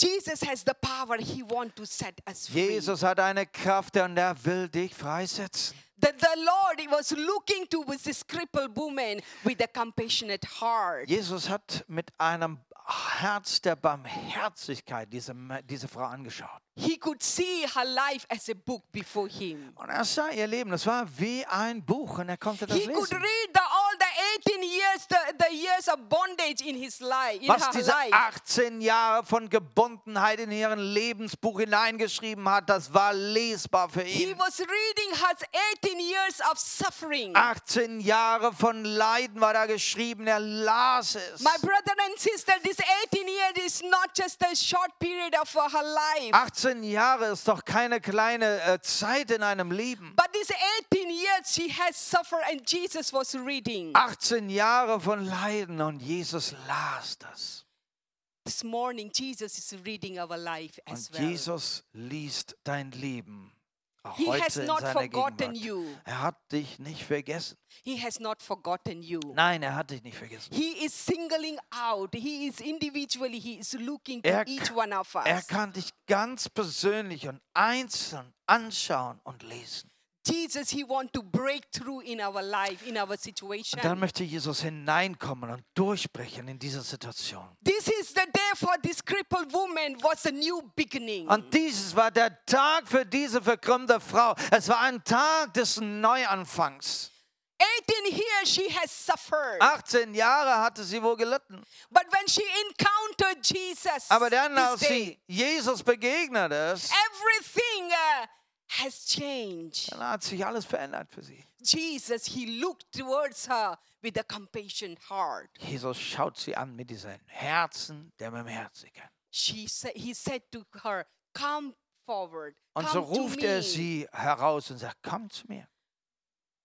Speaker 1: Jesus has the power he wants to set us free.
Speaker 2: Jesus hat eine Kraft und er will dich freisetzen.
Speaker 1: That the Lord he was looking to was this crippled woman with a compassionate heart.
Speaker 2: Jesus hat mit einem Herz der Barmherzigkeit diese, diese Frau angeschaut.
Speaker 1: He could see her life as a book before him.
Speaker 2: Und er sah ihr Leben, das war wie ein Buch und er konnte das
Speaker 1: He could
Speaker 2: lesen.
Speaker 1: read the, all the 18 years, the, the years of bondage in his life, in
Speaker 2: was
Speaker 1: her
Speaker 2: diese
Speaker 1: life.
Speaker 2: 18 Jahre von Gebundenheit in ihren Lebensbuch hineingeschrieben hat, das war lesbar für
Speaker 1: He
Speaker 2: ihn.
Speaker 1: was reading her 18 years of suffering.
Speaker 2: Ah. 18 Jahre von Leiden war da geschrieben, er las es.
Speaker 1: My brother and sister, this 18 years is not just a short period of uh, her life,
Speaker 2: 18 Jahre ist doch keine kleine äh, Zeit in einem Leben.
Speaker 1: but this 18 years she has suffered and Jesus was reading.
Speaker 2: 18 Jahre von Leiden und Jesus las das.
Speaker 1: This morning, Jesus is reading our life as
Speaker 2: Und
Speaker 1: well.
Speaker 2: Jesus liest dein Leben. Auch
Speaker 1: He has
Speaker 2: heute in
Speaker 1: not
Speaker 2: seiner
Speaker 1: forgotten
Speaker 2: Gegenwart.
Speaker 1: you.
Speaker 2: Er hat dich nicht vergessen.
Speaker 1: He has not forgotten you.
Speaker 2: Nein, er hat dich nicht vergessen.
Speaker 1: He is singling out. He is individually, he is looking to
Speaker 2: Er,
Speaker 1: each
Speaker 2: k-
Speaker 1: one of
Speaker 2: er
Speaker 1: us.
Speaker 2: kann dich ganz persönlich und einzeln anschauen und lesen.
Speaker 1: Jesus, he wants to break through in our life, in our situation.
Speaker 2: Und dann möchte Jesus hineinkommen und durchbrechen in diese Situation.
Speaker 1: This is the day for this crippled woman was a new beginning.
Speaker 2: Und dieses war der Tag für diese verkrümmte Frau. Es war ein Tag des Neuanfangs.
Speaker 1: 18 years she has suffered.
Speaker 2: 18 Jahre hatte sie wohl gelitten.
Speaker 1: But when she encountered Jesus,
Speaker 2: Aber dann,
Speaker 1: this
Speaker 2: als
Speaker 1: day,
Speaker 2: sie Jesus begegnet ist,
Speaker 1: everything uh, has changed.
Speaker 2: dann hat sich alles verändert für sie.
Speaker 1: Jesus, he looked towards her with a compassionate heart.
Speaker 2: Jesus schaut sie an mit diesem Herzen der Barmherzigkeit.
Speaker 1: She sa he said to her, Come forward.
Speaker 2: Und so
Speaker 1: come
Speaker 2: ruft
Speaker 1: to
Speaker 2: er
Speaker 1: me."
Speaker 2: sie heraus und sagt, komm zu mir.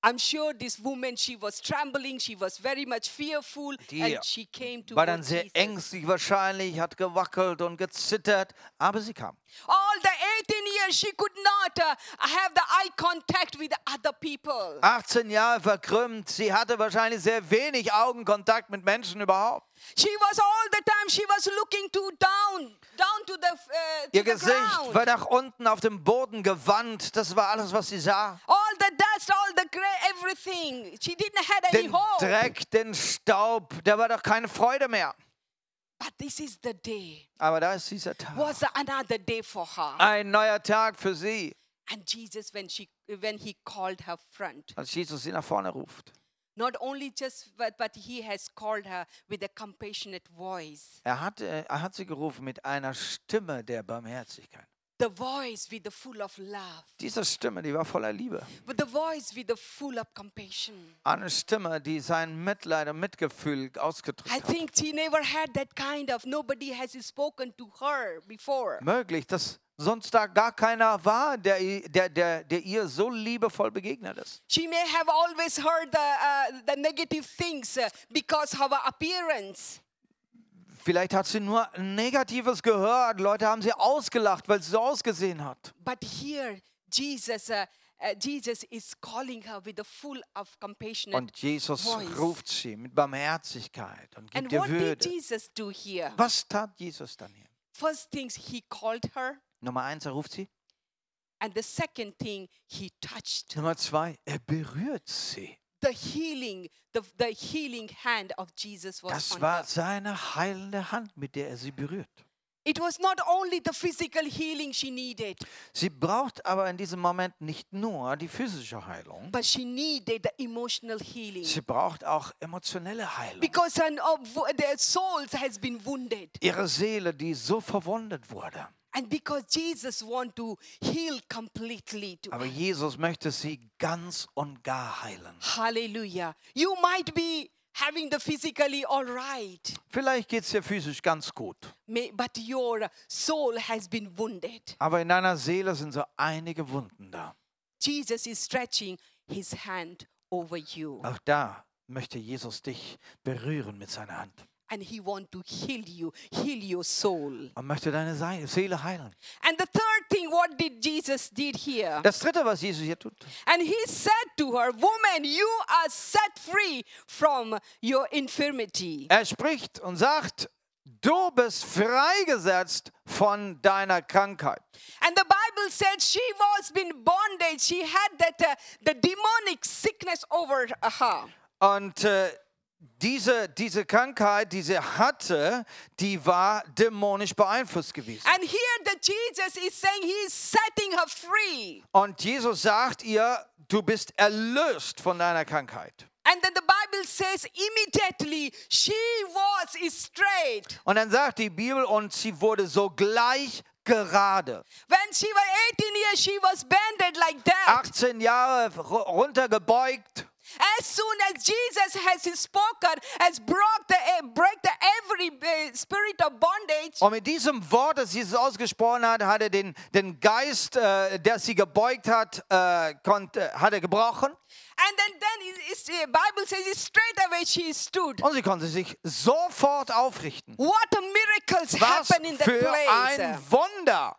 Speaker 1: I'm sure this woman, she was trembling, she was very much fearful,
Speaker 2: Die
Speaker 1: and she came to
Speaker 2: War dann sehr
Speaker 1: Jesus.
Speaker 2: ängstlich wahrscheinlich, hat gewackelt und gezittert, aber sie kam.
Speaker 1: All the 18 years, she could not uh, have the eye contact with other people.
Speaker 2: 18 Jahre verkrümmt, sie hatte wahrscheinlich sehr wenig Augenkontakt mit Menschen überhaupt.
Speaker 1: She was all the time, she was looking to down, down to the, uh, to
Speaker 2: Ihr
Speaker 1: the
Speaker 2: Gesicht
Speaker 1: ground.
Speaker 2: war nach unten auf dem Boden gewandt, das war alles, was sie sah.
Speaker 1: All the dust, all the gray, everything. She didn't have any
Speaker 2: Den
Speaker 1: hope.
Speaker 2: Dreck, den Staub, da war doch keine Freude mehr.
Speaker 1: But this is the day,
Speaker 2: Aber da ist dieser Tag.
Speaker 1: was another day for her.
Speaker 2: Ein neuer Tag für sie,
Speaker 1: And Jesus, when she, when he called her front,
Speaker 2: als Jesus sie nach vorne ruft.
Speaker 1: not only just, but, but he has called her with a compassionate voice.
Speaker 2: Er hat, äh, er hat sie gerufen mit einer Stimme der Barmherzigkeit.
Speaker 1: The voice with the full of love.
Speaker 2: Diese Stimme, die war voller Liebe.
Speaker 1: But the voice with the full of compassion.
Speaker 2: Eine Stimme, die sein Mitleid und Mitgefühl ausgedrückt
Speaker 1: I
Speaker 2: hat.
Speaker 1: think she never had that kind of nobody has spoken to her before.
Speaker 2: Möglich, dass sonst da gar keiner war, der, i- der, der, der ihr so liebevoll begegnet ist.
Speaker 1: She may have always heard the, uh, the negative things uh, because of her appearance.
Speaker 2: Vielleicht hat sie nur Negatives gehört. Leute haben sie ausgelacht, weil sie so ausgesehen hat.
Speaker 1: But here, Jesus, uh, uh, Jesus is calling her with the full of compassion.
Speaker 2: Und Jesus
Speaker 1: voice.
Speaker 2: ruft sie mit Barmherzigkeit und
Speaker 1: and
Speaker 2: gibt ihr
Speaker 1: what did
Speaker 2: Würde.
Speaker 1: Jesus do here?
Speaker 2: Was tat Jesus dann hier?
Speaker 1: First things he called her,
Speaker 2: Nummer eins, er ruft sie.
Speaker 1: and the second thing he touched
Speaker 2: Nummer zwei, er berührt sie.
Speaker 1: the healing, the, the healing hand of Jesus was
Speaker 2: Das
Speaker 1: on
Speaker 2: war
Speaker 1: her.
Speaker 2: seine heilende Hand, mit der er sie berührt.
Speaker 1: It was not only the physical healing she needed,
Speaker 2: Sie braucht aber in diesem Moment nicht nur die physische Heilung,
Speaker 1: but she needed the emotional healing.
Speaker 2: sie braucht auch emotionelle Heilung.
Speaker 1: because her, of wo- their souls has been wounded
Speaker 2: Ihre Seele, die so verwundet wurde.
Speaker 1: and because jesus want to heal completely to
Speaker 2: Aber
Speaker 1: us.
Speaker 2: Jesus möchte sie ganz und gar heilen.
Speaker 1: hallelujah you might be having the physically all right
Speaker 2: Vielleicht geht es dir physisch ganz gut,
Speaker 1: may- but your soul has been wounded
Speaker 2: aber in deiner Seele sind so einige Wunden da.
Speaker 1: jesus is stretching his hand over you
Speaker 2: Auch da möchte Jesus dich berühren mit seiner Hand
Speaker 1: and he want to heal you heal your soul
Speaker 2: und möchte deine Sei- Seele heilen.
Speaker 1: and the third thing what did jesus did here
Speaker 2: Das Dritte, was Jesus hier tut,
Speaker 1: And he said to her, Woman, you are set free from your infirmity.
Speaker 2: Er spricht und sagt, du bist freigesetzt von deiner Krankheit.
Speaker 1: And the Bible said she was in bondage. She had that uh, the demonic sickness over her.
Speaker 2: Und äh, diese, diese Krankheit, die sie hatte, die war dämonisch beeinflusst gewesen.
Speaker 1: And here the Jesus is saying he is setting her free.
Speaker 2: Und Jesus sagt ihr, du bist erlöst von deiner Krankheit.
Speaker 1: And then the Bible says immediately she was straight.
Speaker 2: Und dann sagt die Bibel, und sie wurde sogleich gerade.
Speaker 1: When she was 18 years, she was banded like that.
Speaker 2: 18 Jahre ru- runtergebeugt.
Speaker 1: As soon as Jesus has spoken, has broke the eh, break the every eh, spirit of bondage,
Speaker 2: Und mit diesem Wort, das Jesus ausgesprochen hat, hat er den, den Geist, äh, der sie gebeugt hat, äh, konnte, hat er gebrochen.
Speaker 1: and then then it- it's- the Bible says it straight away she stood.
Speaker 2: Und sie konnte sich sofort aufrichten.
Speaker 1: What a miracles
Speaker 2: Was
Speaker 1: happened in that
Speaker 2: für
Speaker 1: place!
Speaker 2: ein Wunder!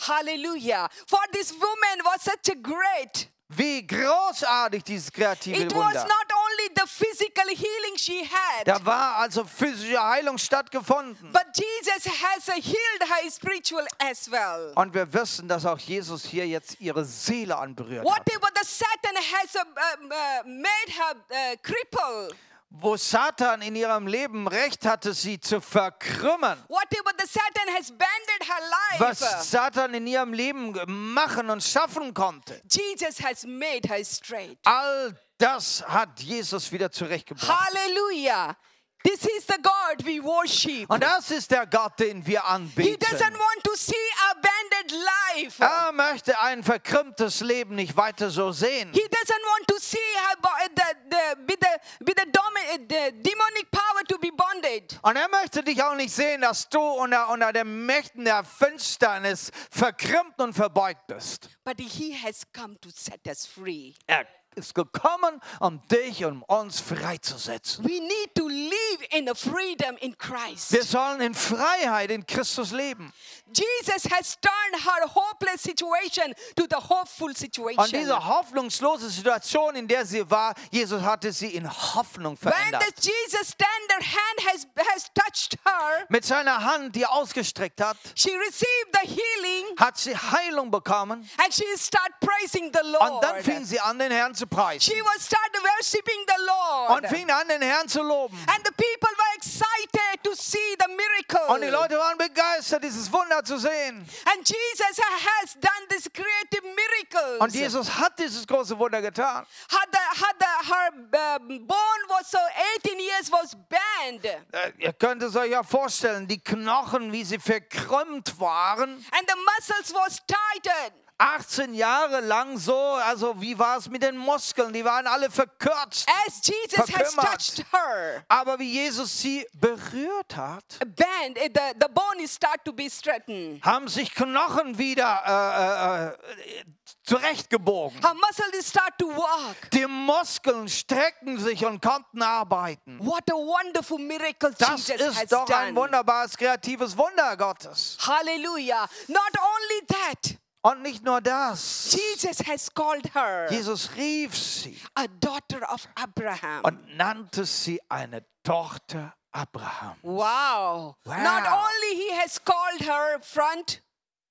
Speaker 1: Hallelujah! For this woman was such a great.
Speaker 2: Wie großartig dieses kreative
Speaker 1: It was
Speaker 2: Wunder.
Speaker 1: not only the physical healing she had,
Speaker 2: Da war also physische Heilung stattgefunden.
Speaker 1: but Jesus has eh, healed her spiritual as well.
Speaker 2: Und wir wissen, dass auch Jesus hier jetzt ihre Seele anberührt hat.
Speaker 1: Whatever the Satan has eh, um, eh, made her eh, cripple.
Speaker 2: Wo Satan in ihrem Leben Recht hatte, sie zu verkrümmen.
Speaker 1: Whatever the Satan has banded her life,
Speaker 2: was Satan in ihrem Leben machen und schaffen konnte.
Speaker 1: Jesus has made her straight.
Speaker 2: All das hat Jesus wieder zurechtgebracht.
Speaker 1: Hallelujah. This is the God we worship.
Speaker 2: Und das ist der Gott, den wir
Speaker 1: He
Speaker 2: anbeten.
Speaker 1: doesn't want to see a banded life.
Speaker 2: Er möchte ein verkrümmtes Leben nicht weiter so sehen.
Speaker 1: He doesn't want to see her bo- eh, the, the, with, the, with the, domi- eh, the demonic power to be bonded.
Speaker 2: Und er möchte dich auch nicht sehen, dass du unter, unter den Mächten der Finsternis verkrümmt und verbeugt bist.
Speaker 1: But He has come to set us free.
Speaker 2: Er ist gekommen, um dich und uns freizusetzen.
Speaker 1: We need to live in the freedom in Christ.
Speaker 2: Wir sollen in Freiheit in Christus leben.
Speaker 1: Jesus has turned her hopeless situation to the hopeful
Speaker 2: Und
Speaker 1: situation.
Speaker 2: diese hoffnungslose Situation, in der sie war, Jesus hatte sie in Hoffnung
Speaker 1: When
Speaker 2: verändert.
Speaker 1: the Jesus tender hand has, has touched her,
Speaker 2: Mit seiner Hand, die er ausgestreckt hat,
Speaker 1: she received the healing
Speaker 2: hat sie Heilung bekommen.
Speaker 1: and she start praising the
Speaker 2: Und dann
Speaker 1: Lord.
Speaker 2: fing sie an, den Herrn zu preisen.
Speaker 1: She was start worshiping the Lord.
Speaker 2: Und fing an, den Herrn zu loben.
Speaker 1: And the people people were excited to see the miracle.
Speaker 2: Und die Leute waren begeistert, dieses Wunder zu sehen.
Speaker 1: And Jesus has done this creative miracles.
Speaker 2: Und Jesus hat dieses große Wunder getan.
Speaker 1: Had the, had the, her um, bone was so 18 years was banned.
Speaker 2: Äh, Ihr könnt es euch ja vorstellen, die Knochen, wie sie verkrümmt waren.
Speaker 1: And the muscles was tightened.
Speaker 2: 18 Jahre lang so, also wie war es mit den Muskeln? Die waren alle verkürzt.
Speaker 1: As Jesus has
Speaker 2: Verkümmert.
Speaker 1: touched her.
Speaker 2: Aber wie Jesus sie berührt hat,
Speaker 1: Band, eh, the, the bone is start to be straightened.
Speaker 2: haben sich Knochen wieder äh, äh, äh, zurechtgebogen.
Speaker 1: Her muscle is start to walk.
Speaker 2: Die Muskeln streckten sich und konnten arbeiten.
Speaker 1: What a wonderful miracle
Speaker 2: Das
Speaker 1: Jesus has
Speaker 2: ist doch ein
Speaker 1: done.
Speaker 2: wunderbares, kreatives Wunder Gottes.
Speaker 1: Hallelujah. Not only that,
Speaker 2: Und nicht nur das.
Speaker 1: Jesus has called her
Speaker 2: Jesus rief sie
Speaker 1: a daughter of Abraham.
Speaker 2: und nannte sie eine Tochter Abraham.
Speaker 1: Wow.
Speaker 2: Wow.
Speaker 1: Not only he has called her front,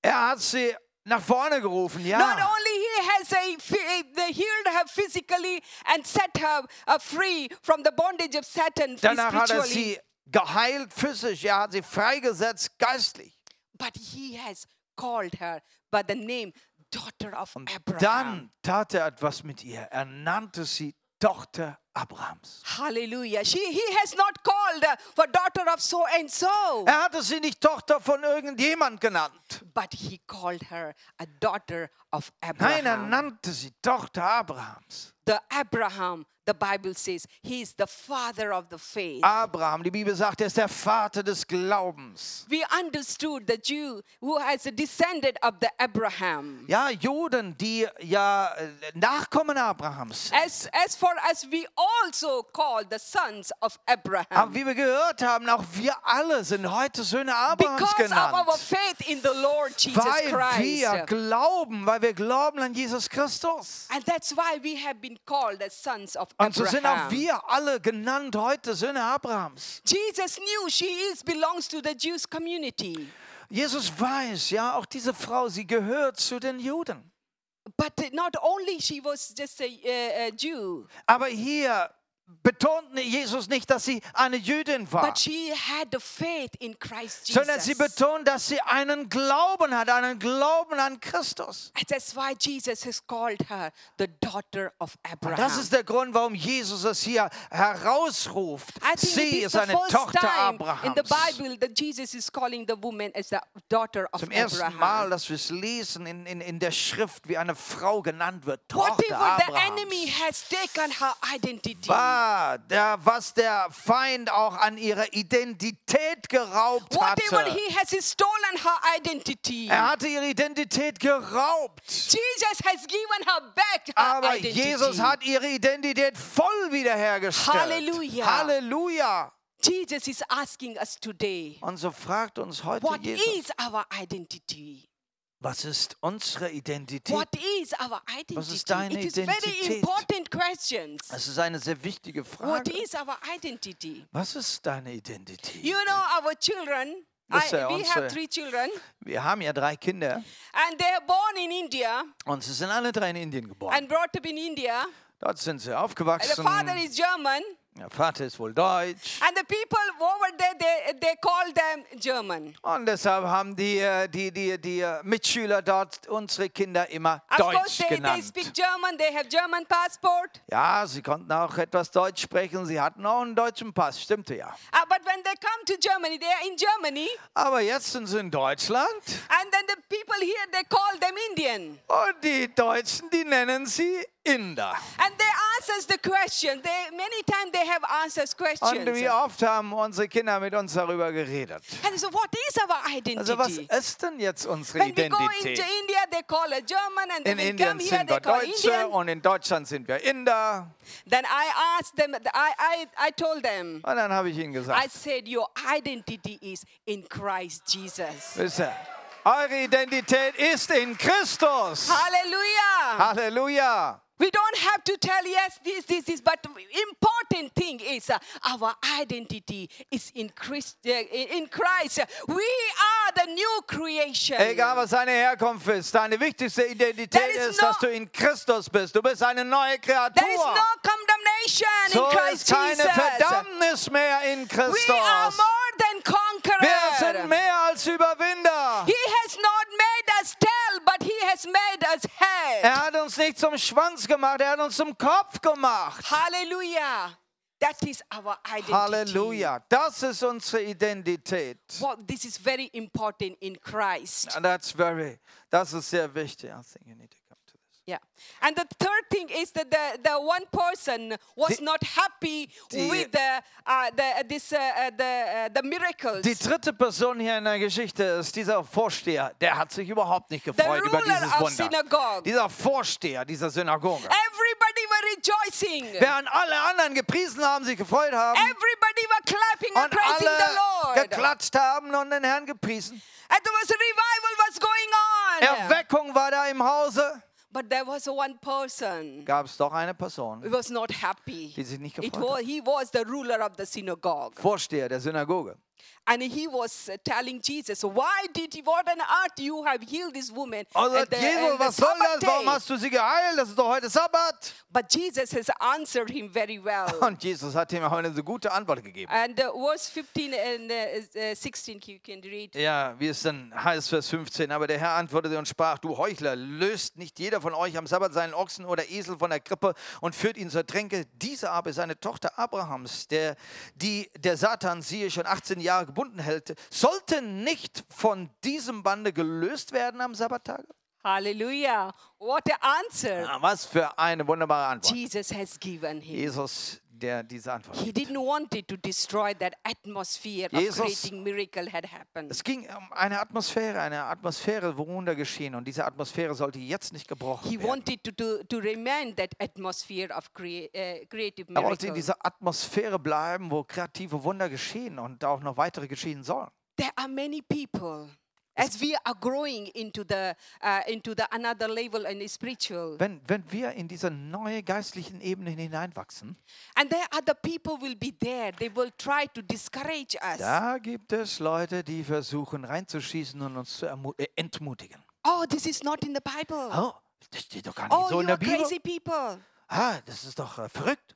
Speaker 2: Er hat sie nach vorne gerufen,
Speaker 1: not
Speaker 2: ja.
Speaker 1: only he has a, phy- they healed her physically and set her uh, free from the bondage of Satan
Speaker 2: Danach hat er
Speaker 1: spiritually,
Speaker 2: sie geheilt physisch, er hat sie freigesetzt geistlich.
Speaker 1: but he has called her by the name daughter of Abraham.
Speaker 2: Dann tat er etwas mit ihr. Er nannte sie Tochter Abrahams.
Speaker 1: Hallelujah. She, he has not called uh, for daughter of so and so,
Speaker 2: Er hatte sie nicht Tochter von irgendjemand genannt.
Speaker 1: but he called her a daughter of
Speaker 2: Nein, er
Speaker 1: Abraham.
Speaker 2: nannte sie Tochter Abrahams.
Speaker 1: the Abraham, the Bible says, he is the father of the faith.
Speaker 2: Ah. Abraham, die Bibel sagt, er ist der Vater des Glaubens.
Speaker 1: we understood the Jew who has descended of the Abraham.
Speaker 2: Ja, Juden, die ja äh, Nachkommen Abrahams. sind.
Speaker 1: As, as far as we also call the sons of
Speaker 2: Aber
Speaker 1: Abraham.
Speaker 2: wie wir gehört haben, auch wir alle sind heute Söhne Abrahams
Speaker 1: Because of our
Speaker 2: genannt.
Speaker 1: faith in the Lord Jesus
Speaker 2: Weil wir
Speaker 1: Christ.
Speaker 2: glauben, weil wir glauben an Jesus Christus.
Speaker 1: And that's why we have been called as sons of
Speaker 2: Und Ah, so sind auch
Speaker 1: Abraham.
Speaker 2: wir alle genannt heute Söhne Abrahams.
Speaker 1: Jesus knew she is belongs to the Jews community.
Speaker 2: Jesus weiß, ja, auch diese Frau, sie gehört zu den Juden.
Speaker 1: But not only she was just a, a, a Jew,
Speaker 2: Aber hier betont Jesus nicht, dass sie eine Jüdin war.
Speaker 1: but she had the faith in Christ
Speaker 2: sondern sie
Speaker 1: Jesus.
Speaker 2: betont, dass sie einen Glauben hat, einen Glauben an Christus.
Speaker 1: And that's why Jesus has called her the daughter of Abraham.
Speaker 2: Das ist der Grund, warum Jesus es hier herausruft.
Speaker 1: I think
Speaker 2: Sie
Speaker 1: it is
Speaker 2: ist
Speaker 1: the
Speaker 2: eine
Speaker 1: first
Speaker 2: Tochter
Speaker 1: time in the
Speaker 2: Abrahams.
Speaker 1: Bible that Jesus is calling the woman as the daughter of
Speaker 2: Zum ersten
Speaker 1: Abraham.
Speaker 2: Mal, dass wir es lesen in, in, in der Schrift, wie eine Frau genannt wird, Tochter
Speaker 1: Whatever the enemy
Speaker 2: Abrahams.
Speaker 1: has taken her identity,
Speaker 2: War der, was der Feind auch an ihrer Identität geraubt
Speaker 1: whatever
Speaker 2: hatte.
Speaker 1: he has stolen her identity,
Speaker 2: Er hatte ihre Identität geraubt.
Speaker 1: Jesus has given her back her
Speaker 2: Aber
Speaker 1: identity.
Speaker 2: Jesus hat ihre Identität voll wiederhergestellt.
Speaker 1: Halleluja.
Speaker 2: Halleluja.
Speaker 1: Jesus is asking us today,
Speaker 2: Und so fragt uns heute
Speaker 1: what is
Speaker 2: Jesus,
Speaker 1: our identity?
Speaker 2: was ist unsere Identität?
Speaker 1: What is our identity?
Speaker 2: ist deine
Speaker 1: it is very
Speaker 2: Identität?
Speaker 1: important questions.
Speaker 2: Das ist eine sehr wichtige
Speaker 1: What
Speaker 2: Frage.
Speaker 1: is our identity?
Speaker 2: Was ist deine Identität?
Speaker 1: You know, our children, I,
Speaker 2: Listen,
Speaker 1: we
Speaker 2: Answer.
Speaker 1: have three children,
Speaker 2: Wir haben ja drei Kinder
Speaker 1: and they are born in India
Speaker 2: und sie sind alle drei in Indien geboren.
Speaker 1: and brought up in India.
Speaker 2: Dort sind sie
Speaker 1: And the
Speaker 2: aufgewachsen.
Speaker 1: father is German,
Speaker 2: Der Vater ist wohl deutsch.
Speaker 1: and the people over there, they, they call them German.
Speaker 2: Und deshalb haben die, äh, die, die, die äh, Mitschüler dort unsere Kinder immer
Speaker 1: Of course,
Speaker 2: deutsch
Speaker 1: they, they
Speaker 2: genannt.
Speaker 1: speak German, they have German passport,
Speaker 2: Ja, sie konnten auch etwas Deutsch sprechen. Sie hatten auch einen deutschen Pass, stimmte ja.
Speaker 1: uh, but when they come to Germany, they are in Germany,
Speaker 2: Aber jetzt sind sie in Deutschland.
Speaker 1: and then the people here, they call them Indian.
Speaker 2: Und die Deutschen, die nennen sie Inder.
Speaker 1: And they ask us the question, they, many times they have asked us questions.
Speaker 2: Und wie oft haben unsere Kinder mit uns darüber geredet?
Speaker 1: and so what is our identity?
Speaker 2: Also was ist denn jetzt unsere
Speaker 1: When we go into
Speaker 2: Identität?
Speaker 1: India, they call a German, and then
Speaker 2: In
Speaker 1: we
Speaker 2: Indien
Speaker 1: come here,
Speaker 2: sind
Speaker 1: they
Speaker 2: wir
Speaker 1: call
Speaker 2: Deutsche
Speaker 1: Indian.
Speaker 2: und in Deutschland sind wir Inder.
Speaker 1: Then I asked them, I, I, I told them,
Speaker 2: Und dann habe ich ihnen
Speaker 1: I
Speaker 2: gesagt,
Speaker 1: said, Your identity is in Christ Jesus.
Speaker 2: wisst ihr, Eure Identität ist in Christus.
Speaker 1: Hallelujah.
Speaker 2: Halleluja.
Speaker 1: We don't have to tell yes, this, this, this, but important thing is uh, our identity is in Christ. uh, in in Christ, we are the new creation.
Speaker 2: Egal was deine Herkunft ist, deine wichtigste Identität
Speaker 1: There is
Speaker 2: ist,
Speaker 1: no-
Speaker 2: dass du in Christus bist. Du bist eine neue Kreatur.
Speaker 1: There is no condemnation
Speaker 2: so
Speaker 1: in
Speaker 2: ist
Speaker 1: Christ
Speaker 2: keine
Speaker 1: Jesus.
Speaker 2: Verdammnis mehr in Christus.
Speaker 1: We are more than
Speaker 2: Wir sind
Speaker 1: conquerors.
Speaker 2: mehr als Überwinder.
Speaker 1: He has not made us tail, but he has made us head.
Speaker 2: Er hat uns nicht zum Schwanz gemacht, er hat uns zum Kopf gemacht.
Speaker 1: Hallelujah. That is our identity.
Speaker 2: Halleluja. Das ist unsere Identität.
Speaker 1: Well, this is very important in Christ.
Speaker 2: And that's very, das ist sehr wichtig. I think you need to come to this.
Speaker 1: Yeah. And the third thing is that the, the one person was
Speaker 2: Die-
Speaker 1: not happy
Speaker 2: Die-
Speaker 1: with the, uh, the, uh, this, uh, uh, the, uh, the miracles.
Speaker 2: Die dritte Person hier in der Geschichte ist dieser Vorsteher. Der hat sich überhaupt nicht gefreut über
Speaker 1: ruler
Speaker 2: dieses
Speaker 1: of
Speaker 2: Wunder.
Speaker 1: synagogue.
Speaker 2: Dieser Vorsteher dieser Synagoge.
Speaker 1: Everybody were rejoicing.
Speaker 2: Während alle anderen gepriesen haben, sich gefreut haben
Speaker 1: Everybody were clapping and
Speaker 2: und
Speaker 1: praising the
Speaker 2: alle
Speaker 1: Lord.
Speaker 2: geklatscht haben und den Herrn gepriesen.
Speaker 1: And there was a revival was going on.
Speaker 2: Erweckung war da im Hause.
Speaker 1: But there was one person
Speaker 2: Gab es doch eine
Speaker 1: who
Speaker 2: Person,
Speaker 1: was not happy.
Speaker 2: Die sich nicht
Speaker 1: It
Speaker 2: gefreut
Speaker 1: wa- he was the ruler of the synagogue.
Speaker 2: Vorsteher der Synagoge.
Speaker 1: And he was uh, telling Jesus, why did, what on earth you have healed this woman
Speaker 2: Und
Speaker 1: at
Speaker 2: sagt,
Speaker 1: the,
Speaker 2: Also, Jesus,
Speaker 1: on the Sabbath
Speaker 2: was soll das? Warum
Speaker 1: day?"
Speaker 2: hast du sie geheilt? Das ist doch heute Sabbat.
Speaker 1: But Jesus has answered him very well.
Speaker 2: Und Jesus hat ihm auch eine so gute Antwort gegeben.
Speaker 1: And uh, verse 15 and uh, is- uh, 16, you can read.
Speaker 2: Ja, wie es dann heißt, Vers 15. Aber der Herr antwortete und sprach: Du Heuchler, löst nicht jeder von euch am Sabbat seinen Ochsen oder Esel von der Krippe und führt ihn zur Tränke. Diese aber ist eine Tochter Abrahams, der, die der Satan, siehe, schon 18 Jahre gebunden hält, sollte nicht von diesem Bande gelöst werden am Sabbattage?
Speaker 1: Hallelujah. What an answer
Speaker 2: Ah, Was für eine wunderbare Antwort.
Speaker 1: Jesus has given him.
Speaker 2: Jesus, der diese Antwort
Speaker 1: He didn't want it to destroy that atmosphere
Speaker 2: Jesus-
Speaker 1: of creating miracle had happened.
Speaker 2: Es ging um eine Atmosphäre, eine Atmosphäre, wo Wunder geschehen. Und diese Atmosphäre sollte jetzt nicht gebrochen
Speaker 1: He
Speaker 2: werden.
Speaker 1: wanted to, to, to remain that atmosphere of crea- uh, creative
Speaker 2: Er wollte
Speaker 1: miracle.
Speaker 2: in dieser Atmosphäre bleiben, wo kreative Wunder geschehen und auch noch weitere geschehen sollen.
Speaker 1: There are many people. As we are growing into the uh, into the another level and spiritual,
Speaker 2: Wenn, wenn wir in diese neue geistlichen Ebene hineinwachsen,
Speaker 1: and there are the people will be there. They will try to discourage us.
Speaker 2: da gibt es Leute, die versuchen reinzuschießen und uns zu ermu- äh, entmutigen.
Speaker 1: Oh, this is not in the Bible.
Speaker 2: Oh, das steht doch gar nicht
Speaker 1: oh,
Speaker 2: so in
Speaker 1: you
Speaker 2: der
Speaker 1: are
Speaker 2: Bibel.
Speaker 1: crazy people.
Speaker 2: Ah, das ist doch äh, verrückt.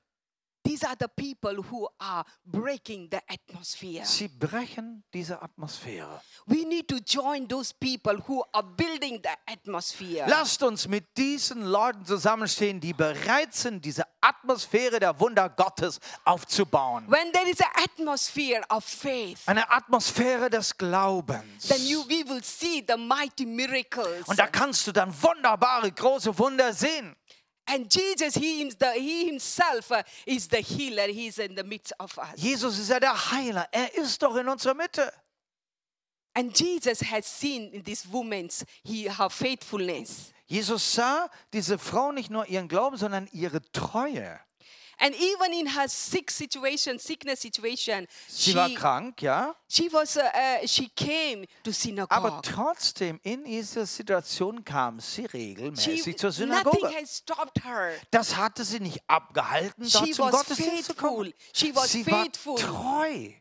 Speaker 1: These are the people who are breaking the atmosphere.
Speaker 2: Sie brechen diese Atmosphäre.
Speaker 1: We need to join those people who are building the atmosphere.
Speaker 2: Lasst uns mit diesen Leuten zusammenstehen, die bereit sind, diese Atmosphäre der Wunder Gottes aufzubauen.
Speaker 1: when there is an atmosphere of faith,
Speaker 2: Eine Atmosphäre des Glaubens.
Speaker 1: then you we will see the mighty miracles.
Speaker 2: Und da kannst du dann wunderbare, große Wunder sehen.
Speaker 1: And Jesus, he, hims- the- he himself uh, is the healer. He is in the midst of us.
Speaker 2: Jesus ist ja der Heiler. Er ist doch in unserer Mitte.
Speaker 1: And Jesus has seen in this woman's he, her faithfulness.
Speaker 2: Jesus sah diese Frau nicht nur ihren Glauben, sondern ihre Treue.
Speaker 1: And even in her sick situation, sickness situation,
Speaker 2: Sie
Speaker 1: she,
Speaker 2: war krank, ja,
Speaker 1: she was uh, uh, she came to
Speaker 2: aber
Speaker 1: synagogue.
Speaker 2: trotzdem in dieser Situation kam sie
Speaker 1: She,
Speaker 2: regelmäßig zur
Speaker 1: nothing
Speaker 2: Synagoge.
Speaker 1: has stopped her.
Speaker 2: Das hatte sie nicht abgehalten, dort
Speaker 1: She
Speaker 2: zum
Speaker 1: was
Speaker 2: Gottesdienst zu
Speaker 1: faithful.
Speaker 2: kommen.
Speaker 1: She was
Speaker 2: Sie
Speaker 1: faithful.
Speaker 2: war treu.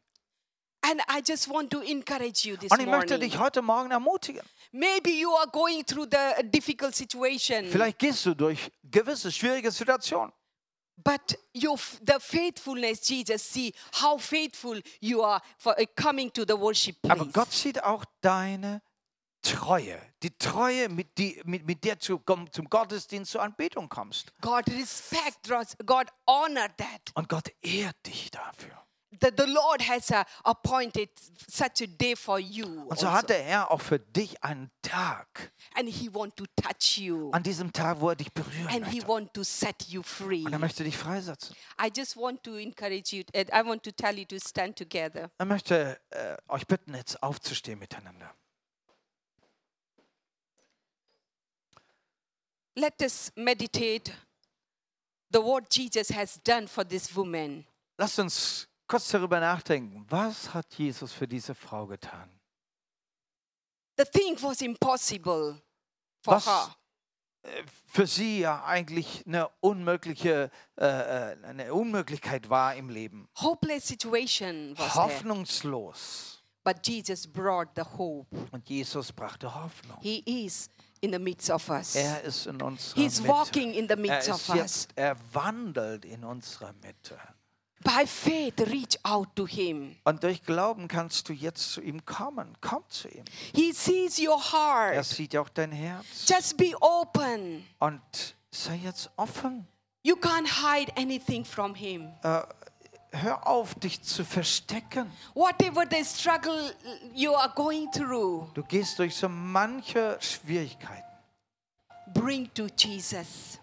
Speaker 1: And I just want to encourage you this
Speaker 2: Und ich möchte
Speaker 1: morning.
Speaker 2: dich heute Morgen ermutigen.
Speaker 1: Maybe you are going through the uh, difficult situation,
Speaker 2: Vielleicht gehst du durch gewisse schwierige Situationen.
Speaker 1: but your f- the faithfulness, Jesus, see how faithful you are for uh, coming to the worship
Speaker 2: Aber
Speaker 1: place.
Speaker 2: Gott sieht auch deine Treue. Die Treue, mit, die, mit, mit der du komm- zum Gottesdienst zur Anbetung kommst.
Speaker 1: God respect, us. God honor that.
Speaker 2: Und Gott ehrt dich dafür.
Speaker 1: That the Lord has uh, appointed such a day for you.
Speaker 2: Und so
Speaker 1: also.
Speaker 2: hatte er auch für dich einen Tag.
Speaker 1: And He want to touch you.
Speaker 2: An diesem Tag, wo er dich berühren
Speaker 1: And He
Speaker 2: möchte.
Speaker 1: want to set you free.
Speaker 2: Und er möchte dich freisetzen.
Speaker 1: I just want to encourage you. and I want to tell you to stand together.
Speaker 2: Er möchte äh, euch bitten, jetzt aufzustehen miteinander.
Speaker 1: Let us meditate the what Jesus has done for this woman.
Speaker 2: Lasst uns kurz darüber nachdenken. Was hat Jesus für diese Frau getan?
Speaker 1: The thing was impossible for
Speaker 2: Was
Speaker 1: her.
Speaker 2: für sie ja eigentlich eine unmögliche äh, äh, eine Unmöglichkeit war im Leben.
Speaker 1: Hopeless situation was there.
Speaker 2: Hoffnungslos.
Speaker 1: But Jesus brought the hope.
Speaker 2: Und Jesus brachte Hoffnung.
Speaker 1: He is in the midst of us.
Speaker 2: Er ist in unserer
Speaker 1: He's
Speaker 2: Mitte.
Speaker 1: walking in the
Speaker 2: er
Speaker 1: midst
Speaker 2: ist
Speaker 1: of us.
Speaker 2: jetzt, er wandelt in unserer Mitte.
Speaker 1: By faith, reach out to Him.
Speaker 2: Und durch Glauben kannst du jetzt zu ihm kommen. Komm zu ihm.
Speaker 1: He sees your
Speaker 2: Er
Speaker 1: heart.
Speaker 2: sieht auch dein Herz.
Speaker 1: Just be open.
Speaker 2: Und sei jetzt offen.
Speaker 1: You can't hide anything from Him.
Speaker 2: Hör auf, dich zu verstecken.
Speaker 1: Whatever the struggle you are going through,
Speaker 2: Du gehst durch so manche Schwierigkeiten.
Speaker 1: bring to Jesus.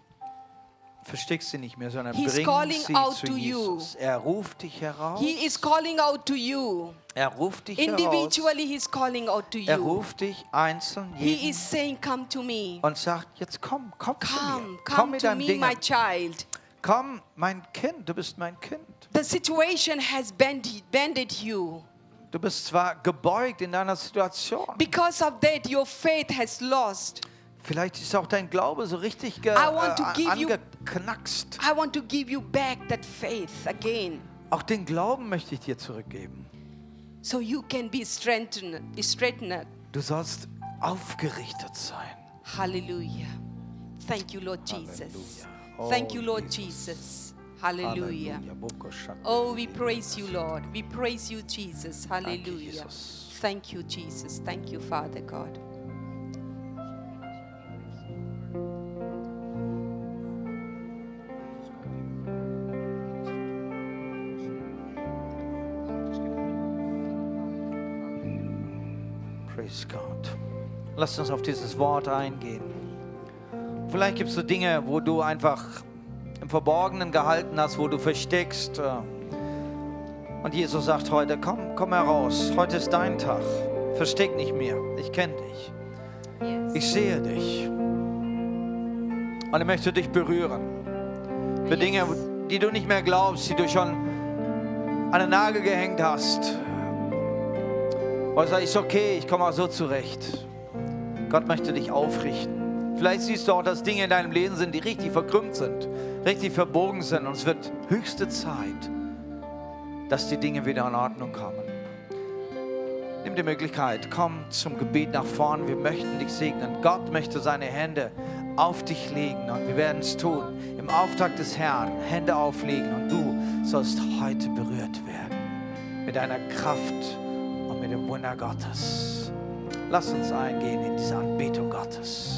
Speaker 2: Versteckst sie nicht mehr, sondern
Speaker 1: He's
Speaker 2: bring
Speaker 1: calling
Speaker 2: sie
Speaker 1: out
Speaker 2: zu
Speaker 1: to you.
Speaker 2: Jesus. Er ruft dich heraus.
Speaker 1: He is calling out to you.
Speaker 2: Er ruft dich heraus.
Speaker 1: Individually, He's calling out to
Speaker 2: Er
Speaker 1: you.
Speaker 2: ruft dich einzeln
Speaker 1: He
Speaker 2: jeden
Speaker 1: is saying, Come to me.
Speaker 2: und sagt, jetzt komm, komm zu
Speaker 1: Oh, Come,
Speaker 2: mir. Komm
Speaker 1: come
Speaker 2: mit
Speaker 1: to
Speaker 2: deinem
Speaker 1: me,
Speaker 2: Ding.
Speaker 1: my child.
Speaker 2: Komm, mein Kind, du bist mein Kind.
Speaker 1: The situation has bend- bended you.
Speaker 2: Du bist zwar gebeugt in deiner Situation.
Speaker 1: Because of that, your faith has lost.
Speaker 2: Vielleicht ist auch dein Glaube so richtig ge äh,
Speaker 1: I want to give you-
Speaker 2: angeknackst.
Speaker 1: I want to give you back that faith again
Speaker 2: Auch den Glauben möchte ich dir zurückgeben.
Speaker 1: so you can be strengthened. strengthened.
Speaker 2: Du sollst aufgerichtet sein.
Speaker 1: Hallelujah. Thank you, Lord Jesus.
Speaker 2: Hallelujah. Oh,
Speaker 1: Thank you, Lord
Speaker 2: Jesus.
Speaker 1: Jesus. Hallelujah. Oh, we praise you, Lord. We praise you, Jesus. Hallelujah.
Speaker 2: Jesus.
Speaker 1: Thank you, Jesus. Thank you, Father God.
Speaker 2: Praise God. Lass uns auf dieses Wort eingehen. Vielleicht gibt es so Dinge, wo du einfach im Verborgenen gehalten hast, wo du versteckst. äh, Und Jesus sagt heute, komm, komm heraus. Heute ist dein Tag. Versteck nicht mehr. Ich kenne dich.
Speaker 1: Yes.
Speaker 2: Ich sehe dich. Und ich möchte dich berühren. Für Dinge, die du nicht mehr glaubst, die du schon an den Nagel gehängt hast. Oder sag, ist okay, ich komme auch so zurecht. Gott möchte dich aufrichten. Vielleicht siehst du auch, dass Dinge in deinem Leben sind, die richtig verkrümmt sind, richtig verbogen sind. Und es wird höchste Zeit, dass die Dinge wieder in Ordnung kommen. Nimm die Möglichkeit, komm zum Gebet nach vorn. Wir möchten dich segnen. Gott möchte seine Hände auf dich legen und wir werden es tun. Im Auftrag des Herrn Hände auflegen und du sollst heute berührt werden mit deiner Kraft und mit dem Wunder Gottes. Lass uns eingehen in diese Anbetung Gottes.